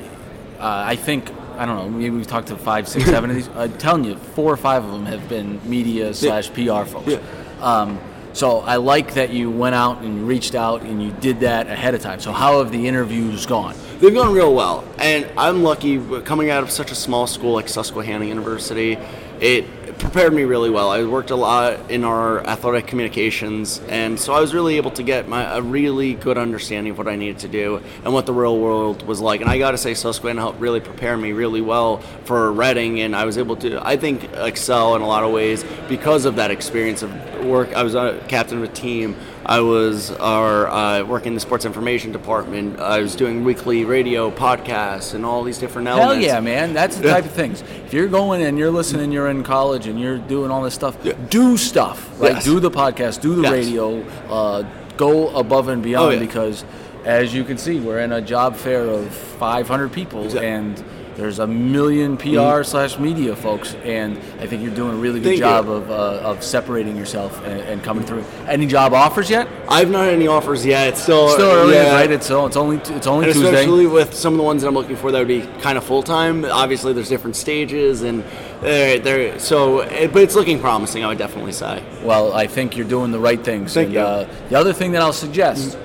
S2: I think I don't know. Maybe we've talked to five, six, seven of these. I'm telling you, four or five of them have been media slash PR folks.
S8: Yeah.
S2: Um, so I like that you went out and you reached out and you did that ahead of time. So how have the interviews gone?
S8: They've gone real well, and I'm lucky uh, coming out of such a small school like Susquehanna University. It prepared me really well. I worked a lot in our athletic communications, and so I was really able to get my, a really good understanding of what I needed to do and what the real world was like. And I got to say, Susquehanna helped really prepare me really well for Reading, and I was able to, I think, excel in a lot of ways because of that experience of work. I was a captain of a team. I was our, uh, working in the sports information department. I was doing weekly radio podcasts and all these different
S2: Hell
S8: elements.
S2: yeah, man. That's the type of things. If you're going and you're listening, you're in college and you're doing all this stuff, do stuff. Like,
S8: Yes.
S2: do the podcast, do the
S8: Yes.
S2: radio, uh, go above and beyond
S8: Oh, yeah.
S2: because, as you can see, we're in a job fair of 500 people and there's a million PR slash media folks. And I think you're doing a really good
S8: Mm-hmm. Thank you.
S2: job of, uh, of separating yourself and, and coming through. Any job offers yet?
S8: I've not had any offers yet. It's still
S2: Still early,
S8: yeah.
S2: right? It's, oh, it's only, it's only
S8: and
S2: Tuesday.
S8: especially with some of the ones that I'm looking for that would be kind of full time. Obviously, there's different stages, and they're, they're so. eh, But it's looking promising. I would definitely say.
S2: Well, I think you're doing the right things.
S8: Thank
S2: and,
S8: you.
S2: Uh, the other thing that I'll suggest: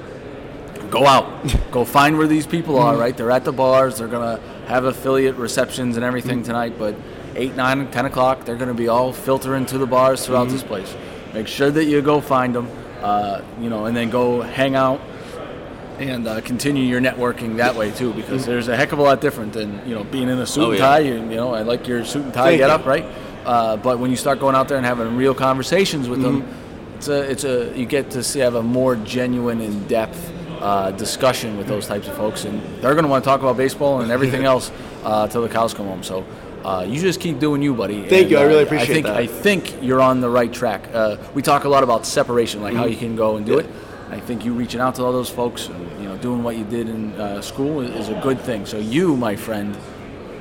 S2: go out, go find where these people
S8: Mm-hmm.
S2: are. Right, they're at the bars. They're gonna have affiliate receptions and everything
S8: Mm-hmm.
S2: tonight. But eight, nine, ten o'clock, they're gonna be all filtering to the bars throughout this
S8: Mm-hmm.
S2: place. Make sure that you go find them. Uh, you know, and then go hang out and uh, continue your networking that way too, because there's a heck of a lot different than you know being in a suit
S8: Mm-hmm. Oh,
S2: and
S8: yeah.
S2: tie. And, you know, I like your suit and tie
S8: Thank
S2: get
S8: you.
S2: up, right? Uh, but when you start going out there and having real conversations with them,
S8: Mm-hmm.
S2: it's a, it's a you get to see have a more genuine, in depth. Uh, discussion with those types of folks, and they're going to want to talk about baseball and everything else uh, till the cows come home. So, uh, you just keep doing you, buddy. uh,
S8: Thank you. I really
S2: I
S8: appreciate
S2: think,
S8: that.
S2: I think you're on the right track. Uh, we talk a lot about separation, like how
S8: Mm-hmm.
S2: you can go and do it. I think you reaching out to all those folks, and, you know, doing what you did in uh, school is, is a good thing. So you, my friend,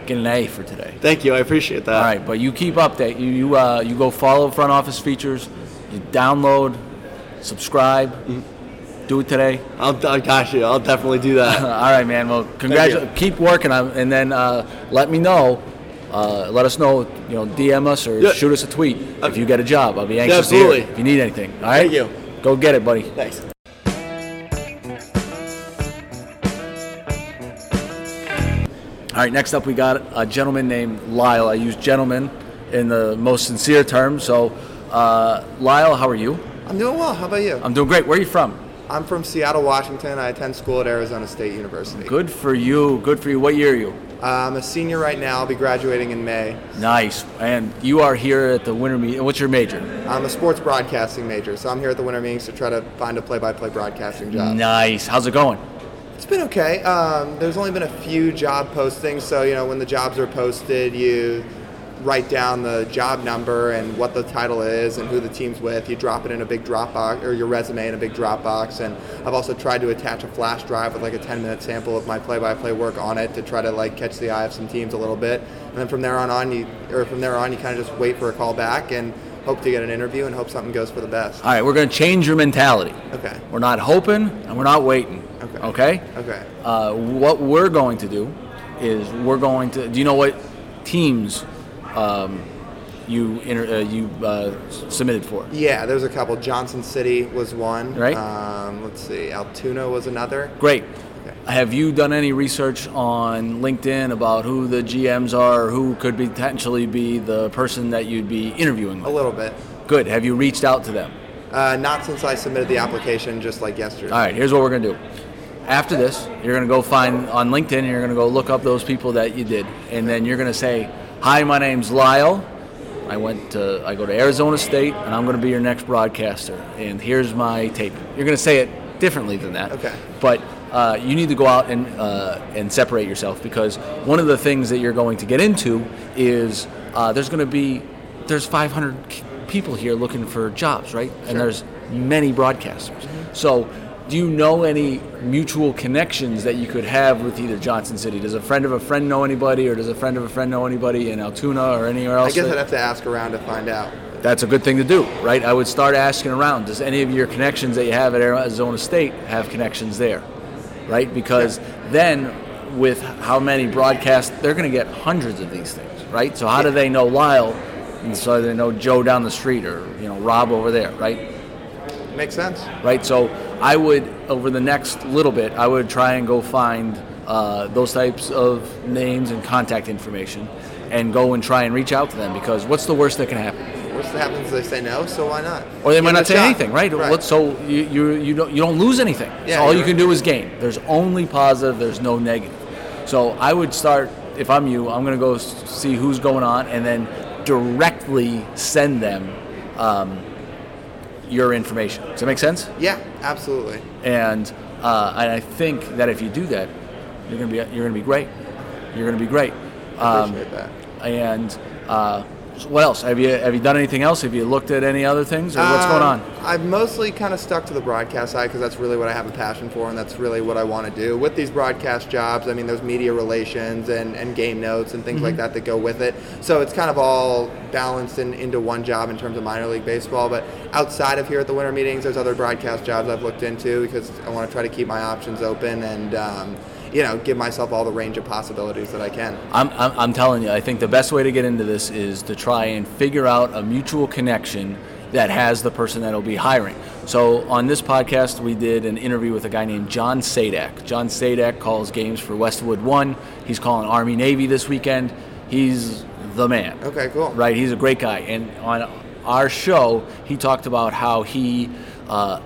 S2: get an A for today.
S8: Thank you. I appreciate that.
S2: All right, but you keep up that you you, uh, you go follow front office features, you download, subscribe, do it today.
S8: Mm-hmm. I'll, I got you. I'll definitely do
S2: Uh,
S8: that.
S2: all right, man. Well,
S8: Thank
S2: congratulations.
S8: you.
S2: Keep working on, and then uh, let me know. Uh, let us know. You know, DM us or
S8: Yeah. Uh,
S2: shoot us a tweet if you get a job. I'll be anxious. To hear
S8: absolutely.
S2: it if you need anything, all right.
S8: Thank you.
S2: Go get it, buddy.
S8: Thanks.
S2: All right, next up we got a gentleman named Lyle. I use gentleman in the most sincere term. So, uh, Lyle, how are you?
S9: I'm doing well. How about you?
S2: I'm doing great. Where are you from?
S9: I'm from Seattle, Washington. I attend school at Arizona State University.
S2: Good for you. Good for you. What year are you?
S9: Uh, I'm a senior right now. I'll be graduating in May.
S2: Nice. And you are here at the winter meet. What's your major?
S9: I'm a sports broadcasting major, so I'm here at the winter meetings to try to find a play-by-play broadcasting job.
S2: Nice. How's it going?
S9: It's been okay. Um, there's only been a few job postings, so you know when the jobs are posted, you write down the job number and what the title is and who the team's with. You drop it in a big Dropbox or your resume in a big Dropbox. And I've also tried to attach a flash drive with like a 10-minute sample of my play-by-play work on it to try to like catch the eye of some teams a little bit. And then from there on, on you or from there on, you kind of just wait for a call back and hope to get an interview and hope something goes for the best.
S2: All right, we're going to change your mentality.
S9: Okay.
S2: We're not hoping and we're not waiting.
S9: Okay.
S2: Okay?
S9: Okay.
S2: Uh, what we're going to do is we're going to. Do you know what teams um, you inter, uh, you uh, submitted for?
S9: Yeah, there's a couple. Johnson City was one.
S2: Right.
S9: Um, let's see. Altoona was another.
S2: Great.
S9: Okay.
S2: Have you done any research on LinkedIn about who the GMs are, who could potentially be the person that you'd be interviewing
S9: A
S2: with?
S9: little bit.
S2: Good. Have you reached out to them?
S9: Uh, not since I submitted the application, just like yesterday.
S2: All right, here's what we're going to do. After this, you're going to go find on LinkedIn, and you're going to go look up those people that you did. And then you're going to say, Hi, my name's Lyle. I went to, I go to Arizona State, and I'm going to be your next broadcaster. And here's my tape. You're going to say it differently than that.
S9: Okay.
S2: But uh, you need to go out and, uh, and separate yourself because one of the things that you're going to get into is uh, there's going to be, there's 500 k- people here looking for jobs, right? And there's many broadcasters. So, do you know any mutual connections that you could have with either Johnson City? Does a friend of a friend know anybody, or does a friend of a friend know anybody in Altoona or anywhere
S9: I
S2: else?
S9: guess
S2: that-
S9: I'd have to ask around to find out.
S2: that's a good thing to do, right? I would start asking around. Does any of your connections that you have at Arizona State have connections there, right? Because then, with how many broadcasts, they're going to get hundreds of these things, right? So how do they know Lyle, and so they know Joe down the street or you know Rob over there, right?
S9: Makes sense.
S2: right? So I would, over the next little bit, I would try and go find uh, those types of names and contact information. and go and try and reach out to them because what's the worst that can happen?
S9: Worst that happens is they say no, so why not?
S2: Or they
S9: Give
S2: might
S9: it
S2: not
S9: a
S2: say
S9: shot.
S2: anything, right? What- So you, you you don't you don't lose anything.
S9: Yeah,
S2: so all
S9: you're
S2: you can
S9: right.
S2: do is gain. There's only positive. There's no negative. So I would start if I'm you. I'm gonna go s- see who's going on and then directly send them um, your information. Does that make sense?
S9: yeah, absolutely.
S2: and uh, and I think that if you do that, you're gonna be you're gonna be great. You're gonna be great. Um,
S9: Appreciate that.
S2: and uh, so what else? Have you have you done anything else? Have you looked at any other things or what's going
S9: Um,
S2: on?
S9: I've mostly kind of stuck to the broadcast side because that's really what I have a passion for, and that's really what I want to do. With these broadcast jobs, I mean, there's media relations and, and game notes and things
S2: Mm-hmm.
S9: like that that go with it. So it's kind of all balanced in, into one job in terms of minor league baseball. But outside of here at the winter meetings, there's other broadcast jobs I've looked into because I want to try to keep my options open and, um, you know, give myself all the range of possibilities that I can.
S2: I'm, I'm, I'm telling you, I think the best way to get into this is to try and figure out a mutual connection that has the person that'll be hiring. So on this podcast, we did an interview with a guy named John Sadak. John Sadak calls games for Westwood One. He's calling Army Navy this weekend. He's the man.
S9: Okay, cool.
S2: Right, he's a great guy. And on our show, he talked about how he uh,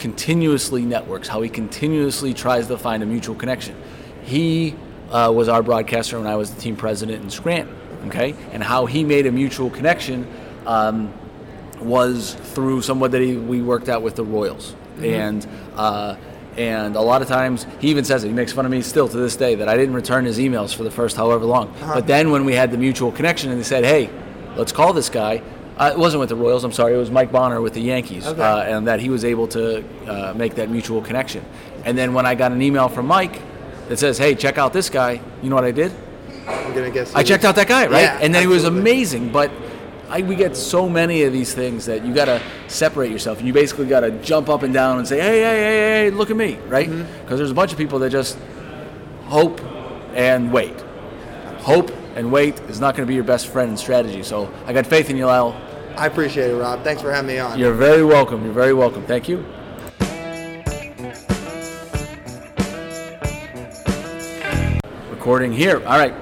S2: continuously networks, how he continuously tries to find a mutual connection. He uh, was our broadcaster when I was the team president in Scranton, okay? And how he made a mutual connection um, was through someone that he, we worked out with the Royals. And uh, and a lot of times he even says it. He makes fun of me still to this day that I didn't return his emails for the first however long. But then when we had the mutual connection and they said, "Hey, let's call this guy," uh, it wasn't with the Royals. I'm sorry, it was Mike Bonner with the Yankees, uh, and that he was able to uh, make that mutual connection. And then when I got an email from Mike that says, "Hey, check out this guy," you know what I did?
S9: I'm going to guess.
S2: I checked out that guy, right?
S9: Yeah,
S2: and then he was
S9: absolutely.
S2: amazing. But I, we get so many of these things that you got to separate yourself. You basically got to jump up and down and say, hey, hey, hey, hey, look at me, right? Because
S9: Mm-hmm.
S2: there's a bunch of people that just hope and wait. Hope and wait is not going to be your best friend in strategy. So I got faith in you, Lyle.
S9: I appreciate it, Rob. Thanks for having me on.
S2: You're very welcome. You're very welcome. Thank you. Recording here. All right.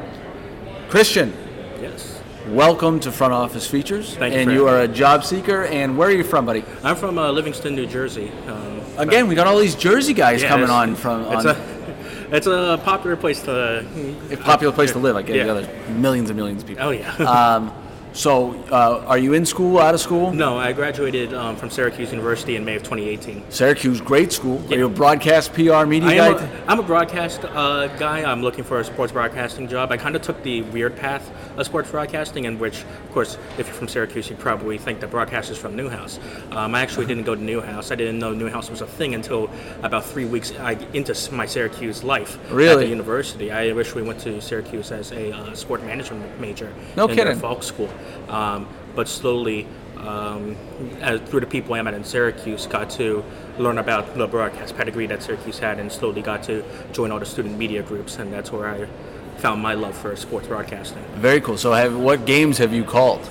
S2: Christian. Yes. Welcome to Front Office Features.
S10: Thank you
S2: And
S10: for
S2: you
S10: having
S2: are a job seeker. And where are you from, buddy?
S10: I'm from uh, Livingston, New Jersey. Um,
S2: Again, we got all these Jersey guys
S10: yeah,
S2: coming
S10: it's-
S2: on from
S10: It's
S2: on
S10: a, it's a popular place to.
S2: a popular place to live. I get
S10: Yeah.
S2: the other millions and millions of people. Um,
S10: Oh yeah.
S2: So, uh, are you in school, out of school?
S10: no, I graduated um, from Syracuse University in May of 2018.
S2: Syracuse, great school.
S10: Yeah.
S2: Are you a broadcast PR media
S10: I
S2: guy?
S10: am a, I'm a broadcast uh, guy. I'm looking for a sports broadcasting job. I kind of took the weird path of sports broadcasting, in which, of course, if you're from Syracuse, you probably think that broadcast is from Newhouse. Um, I actually didn't go to Newhouse. I didn't know Newhouse was a thing until about three weeks I, into s- my Syracuse life at
S2: Really?
S10: the university. I originally went to Syracuse as a uh, sport management major
S2: No
S10: in their
S2: kidding.
S10: folk school. Um, but slowly, um, as, through the people I met in Syracuse, got to learn about the broadcast pedigree that Syracuse had, and slowly got to join all the student media groups, and that's where I found my love for sports broadcasting.
S2: Very cool. So, have, what games have you called?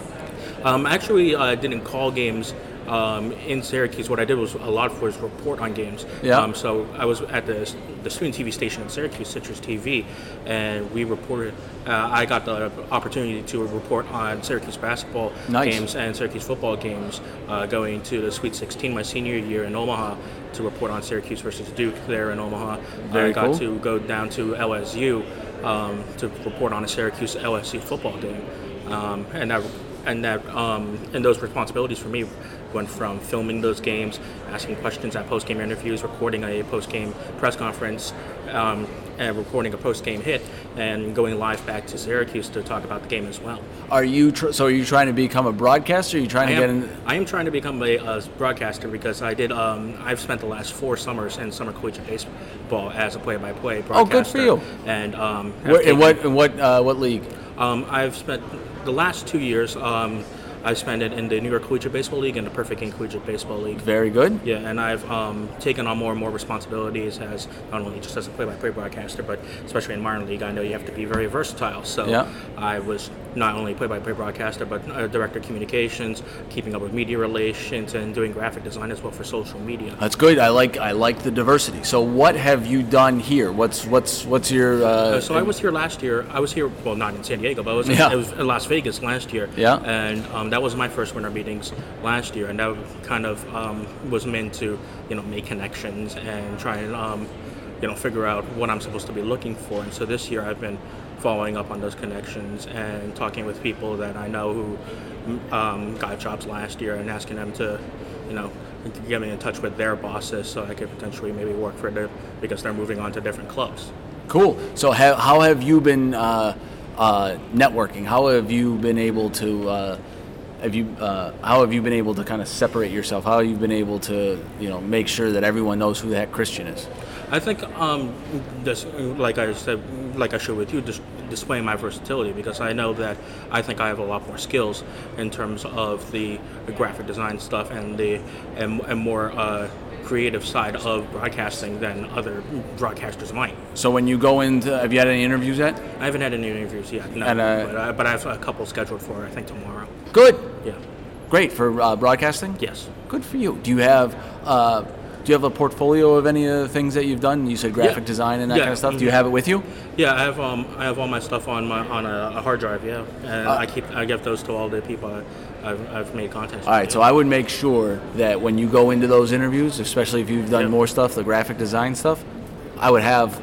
S10: Um, actually, I didn't call games um, in Syracuse. What I did was a lot was report on games.
S2: Yeah.
S10: Um, so I was at the the student TV station in Syracuse, Citrus TV, and we reported. Uh, I got the opportunity to report on Syracuse basketball
S2: Nice.
S10: games and Syracuse football games, uh, going to the Sweet 16 my senior year in Omaha to report on Syracuse versus Duke there in Omaha.
S2: Very
S10: I got
S2: cool.
S10: to go down to LSU um, to report on a Syracuse LSU football game, um, and that and that um, and those responsibilities for me went from filming those games, asking questions at post game interviews, recording a post game press conference. Um, and recording a post-game hit and going live back to Syracuse to talk about the game as well.
S2: Are you tr- so? Are you trying to become a broadcaster? Are you trying
S10: I
S2: to get
S10: am,
S2: in?
S10: I am trying to become a uh, broadcaster because I did. Um, I've spent the last four summers in summer collegiate baseball as a play-by-play broadcaster.
S2: Oh, good for you.
S10: And um, I've
S2: Where, in
S10: taken-
S2: what in what uh, what league?
S10: Um, I've spent the last two years. Um, I've spent it in the New York Collegiate Baseball League and the Perfect Game Collegiate Baseball League.
S2: Very good.
S10: Yeah, and I've um, taken on more and more responsibilities as not only just as a play-by-play broadcaster, but especially in minor league, I know you have to be very versatile. So
S2: Yeah.
S10: I was not only play-by-play broadcaster, but uh, director of communications, keeping up with media relations, and doing graphic design as well for social media.
S2: That's good. I like I like the diversity. So what have you done here? What's what's what's your uh,
S10: Uh, so I was here last year. I was here, well, not in San Diego, but I was,
S2: Yeah.
S10: in, it was in Las Vegas last year.
S2: Yeah.
S10: And um, that was my first winter meetings last year, and that kind of um, was meant to, you know, make connections and try and, um, you know, figure out what I'm supposed to be looking for. And so this year I've been following up on those connections and talking with people that I know who um, got jobs last year and asking them to, you know. Get me in touch with their bosses so I could potentially maybe work for them because they're moving on to different clubs.
S2: cool? So ha- how have you been uh, uh, networking? How have you been able to uh, have you uh, how have you been able to kind of separate yourself? How have you been able to you know make sure that everyone knows who that Christian is?
S10: I think um, this, like I said, like I shared with you, dis- displaying my versatility because I know that I think I have a lot more skills in terms of the graphic design stuff and the and, and more uh, creative side of broadcasting than other broadcasters might.
S2: So when you go into have you had any interviews yet?
S10: I haven't had any interviews yet, no,
S2: And, uh,
S10: but, I, but I have a couple scheduled for I think tomorrow.
S2: Good,
S10: Yeah.
S2: great for uh, broadcasting.
S10: Yes.
S2: Good for you. Do you have uh, do you have a portfolio of any of the things that you've done? You said graphic
S10: Yeah.
S2: design and that
S10: Yeah.
S2: kind of stuff. Do you
S10: Mhm.
S2: have it with you?
S10: Yeah, I have um, I have all my stuff on my on a, a hard drive. Yeah,
S2: Uh,
S10: and I keep I give those to all the people I, I've, I've made contacts.
S2: All right, so I would make sure that when you go into those interviews, especially if you've done
S10: Yep.
S2: more stuff, the graphic design stuff, I would have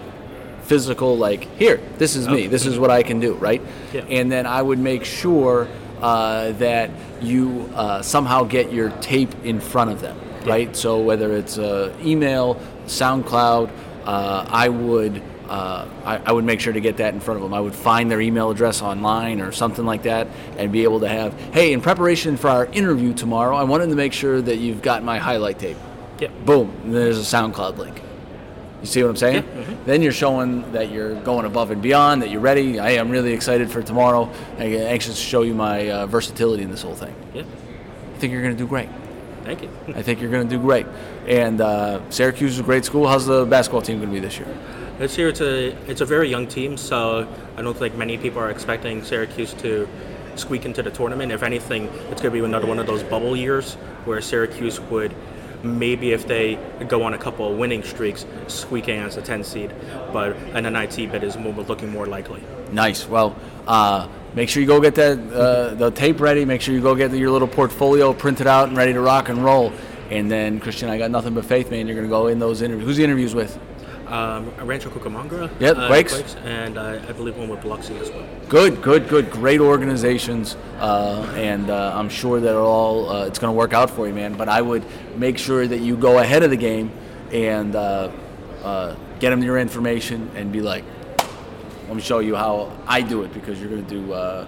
S2: physical like here, this is me, this is what I can do, right?
S10: Yeah.
S2: And then I would make sure uh, that you uh, somehow get your tape in front of them, right? So whether it's uh, email, SoundCloud, uh, I would. Uh, I, I would make sure to get that in front of them. I would find their email address online or something like that, and be able to have, hey, in preparation for our interview tomorrow, I wanted to make sure that you've got my highlight tape.
S10: Yep.
S2: Boom. And there's a SoundCloud link. You see what I'm saying?
S10: Yeah,
S5: Mm-hmm.
S10: mhm.
S2: Then you're showing that you're going above and beyond, that you're ready. I am really excited for tomorrow. I'm anxious to show you my uh, versatility in this whole thing.
S10: Yeah.
S2: I think you're going to do great.
S10: Thank you.
S2: I think you're going to do great. And uh, Syracuse is a great school. How's the basketball team going to be this year?
S10: This year, it's a it's a very young team, so I don't think many people are expecting Syracuse to squeak into the tournament. If anything, it's going to be another one of those bubble years where Syracuse would maybe, if they go on a couple of winning streaks, squeak in as a 10 seed. But an NIT bid is more, looking more likely.
S2: Nice. Well, uh, make sure you go get that uh, the tape ready. Make sure you go get your little portfolio printed out and ready to rock and roll. And then, Christian, I got nothing but faith, man. You're going to go in those interviews. Who's the interviews with?
S10: Um, Rancho Cucamonga,
S2: Yep,
S10: uh,
S2: Quakes.
S10: and uh, I believe one with Biloxi as well.
S2: Good, good, good. Great organizations, uh, and uh, I'm sure that it'll all uh, it's going to work out for you, man. But I would make sure that you go ahead of the game and uh, uh, get them your information and be like, "Let me show you how I do it," because you're going to do. Uh,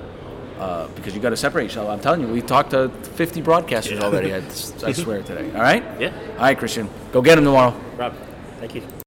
S2: uh, because you got to separate yourself. I'm telling you, we talked to 50 broadcasters already. I, I swear today. All right.
S10: Yeah.
S2: All right, Christian, go get them tomorrow.
S10: Rob, thank you.